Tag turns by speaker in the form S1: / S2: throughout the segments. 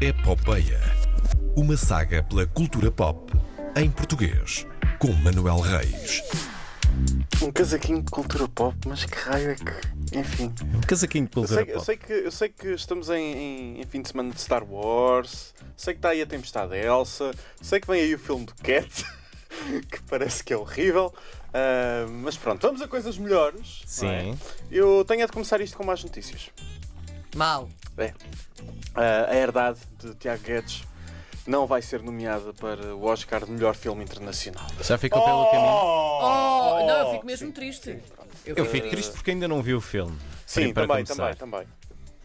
S1: Epopeia. É Uma saga pela cultura pop em português, com Manuel Reis.
S2: Um casaquinho de cultura pop, mas que raio é que. Enfim.
S3: Um casaquinho de
S2: Eu
S3: cultura
S2: sei, eu
S3: pop.
S2: sei que, eu sei que estamos em, em- em fim de semana de Star Wars, sei que está aí a Tempestade Elsa, sei que vem aí o filme do Cat, que parece que é horrível, ah, mas pronto, vamos a coisas melhores. não é?
S3: Sim.
S2: Eu tenho é de começar isto com mais notícias.
S4: Mal.
S2: É. Ah, a herdade de Tiago Guedes não vai ser nomeada para o Oscar de melhor filme internacional.
S3: Já ficou pelo caminho.
S4: Oh, não, eu fico mesmo triste.
S3: Eu fico triste porque ainda não vi o filme.
S2: Sim,
S3: para
S2: também,
S3: começar.
S2: também, também.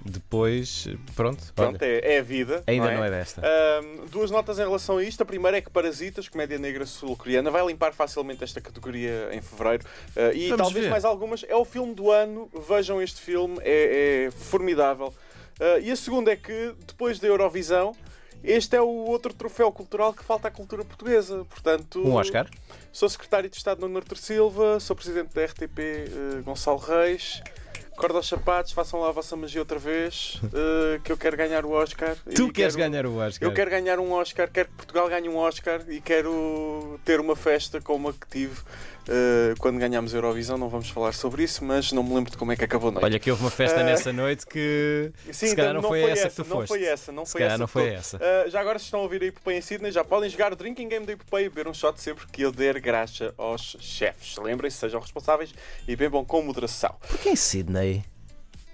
S3: Depois, pronto.
S2: Pronto,
S3: olha,
S2: é, é a vida.
S3: ainda não é,
S2: é
S3: desta.
S2: Ahm, duas notas em relação a isto. A primeira é que Parasitas, comédia negra sul-coreana, vai limpar facilmente esta categoria em fevereiro. Ah, e
S3: Vamos
S2: talvez
S3: ver.
S2: mais algumas. É o filme do ano. Vejam este filme, é, é formidável. Ah, e a segunda é que, depois da Eurovisão, este é o outro troféu cultural que falta à cultura portuguesa. Portanto,
S3: Um Oscar?
S2: Sou secretário de Estado Nuno Artur Silva, sou presidente da RTP eh, Gonçalo Reis. Corda aos sapatos, façam lá a vossa magia outra vez, eh, que eu quero ganhar o Oscar.
S3: Tu
S2: E
S3: queres
S2: quero-
S3: ganhar o Oscar?
S2: Eu quero ganhar um Oscar, quero que Portugal ganhe um Oscar e quero ter uma festa como a que tive eh, quando ganhámos a Eurovisão. Não vamos falar sobre isso, mas não me lembro de como é que acabou a noite.
S3: Olha, que houve uma festa
S2: Ah.
S3: nessa noite que
S2: Sim,
S3: se calhar não,
S2: então,
S3: foi essa que tu
S2: não
S3: foste.
S2: foi essa, não
S3: Se
S2: foi
S3: calhar
S2: essa.
S3: não
S2: de
S3: foi
S2: todo.
S3: essa.
S2: Ah, já agora se estão a ouvir a Epopeia em Sydney, já podem jogar o Drinking Game da Epopeia e beber um shot sempre que eu der graxa aos chefes. Lembrem-se, sejam responsáveis e bebam com moderação.
S3: Porquê em Sydney?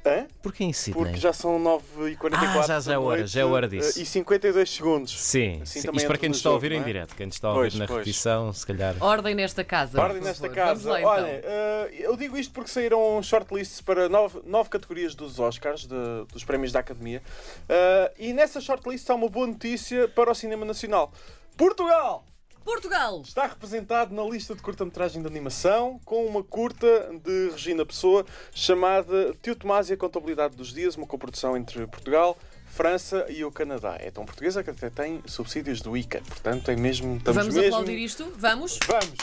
S2: Hã?
S3: Porquê em
S2: Porque
S3: Sydney?
S4: Né?
S2: já são 9h44
S3: Ah, já- já é
S2: da
S3: hora,
S2: noite,
S3: já é hora
S2: ah,
S3: disso.
S2: E 52 segundos.
S3: Sim,
S2: Assim
S3: sim.
S2: também
S3: isto para
S2: entro no
S3: quem nos está a
S2: jogo,
S3: ouvir
S2: não
S3: em
S2: é?
S3: direto, quem nos está a ouvir
S2: Pois,
S3: na
S2: pois. Oh,
S3: repetição, se calhar.
S4: Ordem nesta casa.
S2: Ordem nesta
S4: por favor.
S2: casa.
S4: Vamos lá,
S2: Olha,
S4: então.
S2: eh, eu digo isto porque saíram shortlists para nove, nove categorias dos Oscars, de- dos prémios da Academia. Eh, e nessa shortlist há uma boa notícia para o cinema nacional. Portugal
S4: Portugal.
S2: está representado na lista de curta-metragem de animação com uma curta de Regina Pessoa chamada Tio Tomás e a Contabilidade dos Dias, uma coprodução entre Portugal, França e o Canadá. É tão portuguesa que até tem subsídios do ICA, portanto é mesmo. Estamos
S4: Vamos
S2: mesmo...
S4: aplaudir isto. Vamos.
S2: Vamos!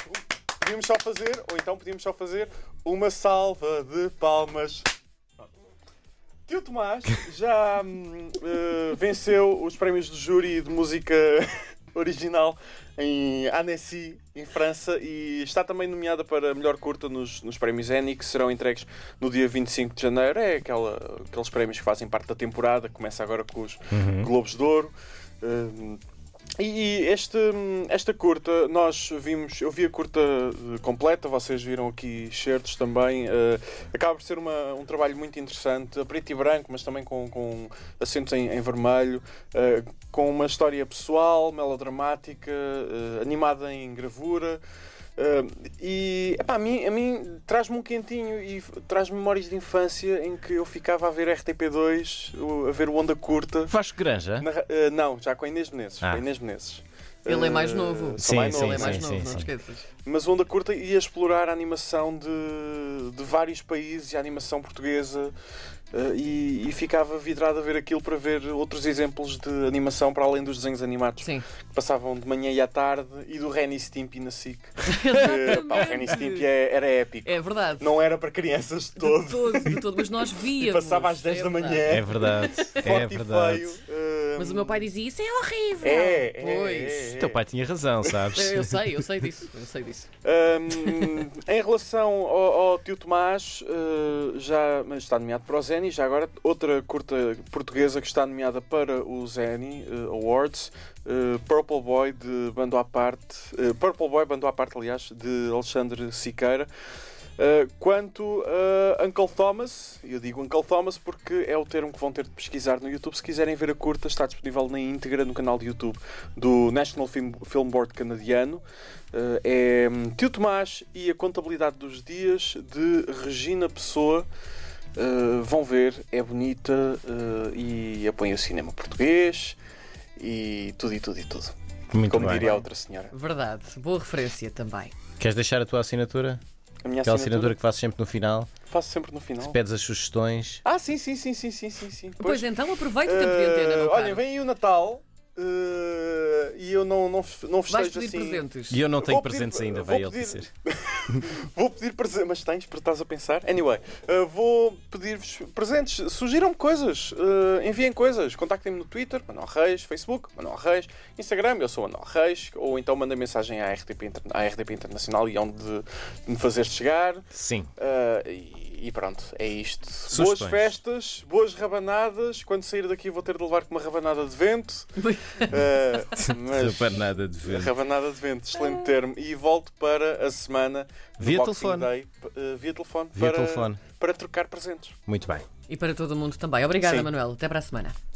S2: Podíamos só fazer, ou então podíamos só fazer, uma salva de palmas. Tio Tomás já hum, eh, venceu os prémios do júri de música original em Annecy, em França, e está também nomeada para melhor curta nos, nos prémios Annie, que serão entregues no dia 25 de janeiro. É aquela, aqueles prémios que fazem parte da temporada, começa agora com os Globos de Ouro. Hum, e e este, esta curta, nós vimos, eu vi a curta eh, completa, vocês viram aqui certos também. eh, acaba por ser uma- um trabalho muito interessante, a preto e branco, mas também com, com acentos em, em vermelho, eh, com uma história pessoal, melodramática, eh, animada em gravura. eh, e epá, a mim, a mim traz-me um quentinho e f- traz memórias de infância em que eu ficava a ver RTP2, o- a ver o Onda Curta.
S3: Vasco Granja?
S2: Na ra- eh, não, já com a Inês Menezes.
S3: Ah.
S2: Com a Inês Menezes.
S4: Ele é mais
S2: Eh,
S4: novo.
S2: sou mais
S3: Sim,
S2: novo,
S4: Ele é
S2: sim,
S4: mais
S3: sim,
S4: novo,
S3: sim,
S4: não
S3: sim.
S4: te esqueças.
S2: Mas o Onda Curta ia explorar a animação de, de vários países e a animação portuguesa eh, e, e ficava vidrado a ver aquilo para ver outros exemplos de animação para além dos desenhos animados
S4: Sim.
S2: que passavam de manhã e à tarde e do Ren e Stimpy na SIC. Eh, pá, o Ren e Stimpy
S4: Exatamente.
S2: é- era épico.
S4: É verdade.
S2: Não era para crianças de
S4: De
S2: todo.
S4: todo, de todo. Mas nós
S2: E
S4: víamos.
S2: passava às 10
S4: É
S2: da
S4: verdade.
S2: manhã.
S3: É verdade, é
S2: forte e
S3: verdade.
S2: feio, eh,
S4: Mas o meu pai dizia isso é horrível.
S2: É, é,
S4: pois.
S2: é, é.
S3: O teu pai tinha razão, sabes?
S4: Eu sei, eu sei disso, eu sei disso.
S2: Hum, em relação ao, ao tio Tomás, eh, já mas está nomeado para o Zeni, já agora outra curta portuguesa que está nomeada para o Zeni eh, Awards, eh, Purple Boy de Bando à Parte, eh, Purple Boy Bando à Parte, aliás, de Alexandre Siqueira. Eh, quanto a Uncle Thomas, eu digo Uncle Thomas porque é o termo que vão ter de pesquisar no YouTube. Se quiserem ver a curta, está disponível na íntegra no canal de YouTube do National Film, Film Board canadiano. Eh, é hum, Tio Tomás e a Contabilidade dos Dias de Regina Pessoa. Eh, vão ver, é bonita eh, e apoia o cinema português e tudo e tudo e tudo.
S3: Muito
S2: Como
S3: bem.
S2: diria a outra senhora.
S4: Verdade. Boa referência também.
S3: Queres deixar a tua assinatura?
S2: A minha
S3: Aquela
S2: assinatura,
S3: assinatura que fazes sempre no final,
S2: faço sempre no final.
S3: pedes as sugestões.
S2: Ah, sim, sim, sim, sim, sim, sim, sim.
S4: Pois, então, aproveita o tempo de antena,
S2: Eh,
S4: meu
S2: Olha,
S4: caro.
S2: vem aí o Natal. eh, e eu não, não, fe- não festejo
S4: Vais pedir
S2: assim.
S4: presentes.
S3: E eu não tenho
S2: Vou pedir-
S3: presentes ainda,
S2: vou
S3: vai ele
S2: pedir-
S3: dizer.
S2: Vou pedir presentes, mas tens, porque estás a pensar. Anyway, eh, vou pedir-vos presentes. Sugiram-me coisas, eh, enviem coisas. Contactem-me no Twitter, Manuel Reis, Facebook, Manuel Reis, Instagram, eu sou Manuel Reis, ou então mandem mensagem à RTP, Inter- à RTP Internacional e é onde me fazer chegar.
S3: Sim.
S2: Ah, e, e pronto, é isto.
S3: Sugestões.
S2: Boas festas, boas rabanadas. Quando sair daqui vou ter de levar com uma rabanada de vento. Ah, mas
S3: Super nada de ver.
S2: rabanada de vento, excelente termo. E volto para a semana do
S3: Via
S2: Boxing
S3: telefone.
S2: Day, p- ah, via telefone,
S3: Via
S2: para,
S3: telefone.
S2: para trocar presentes.
S3: Muito bem.
S4: E para todo mundo também. Obrigada,
S2: Sim.
S4: Manuel. Até para a semana.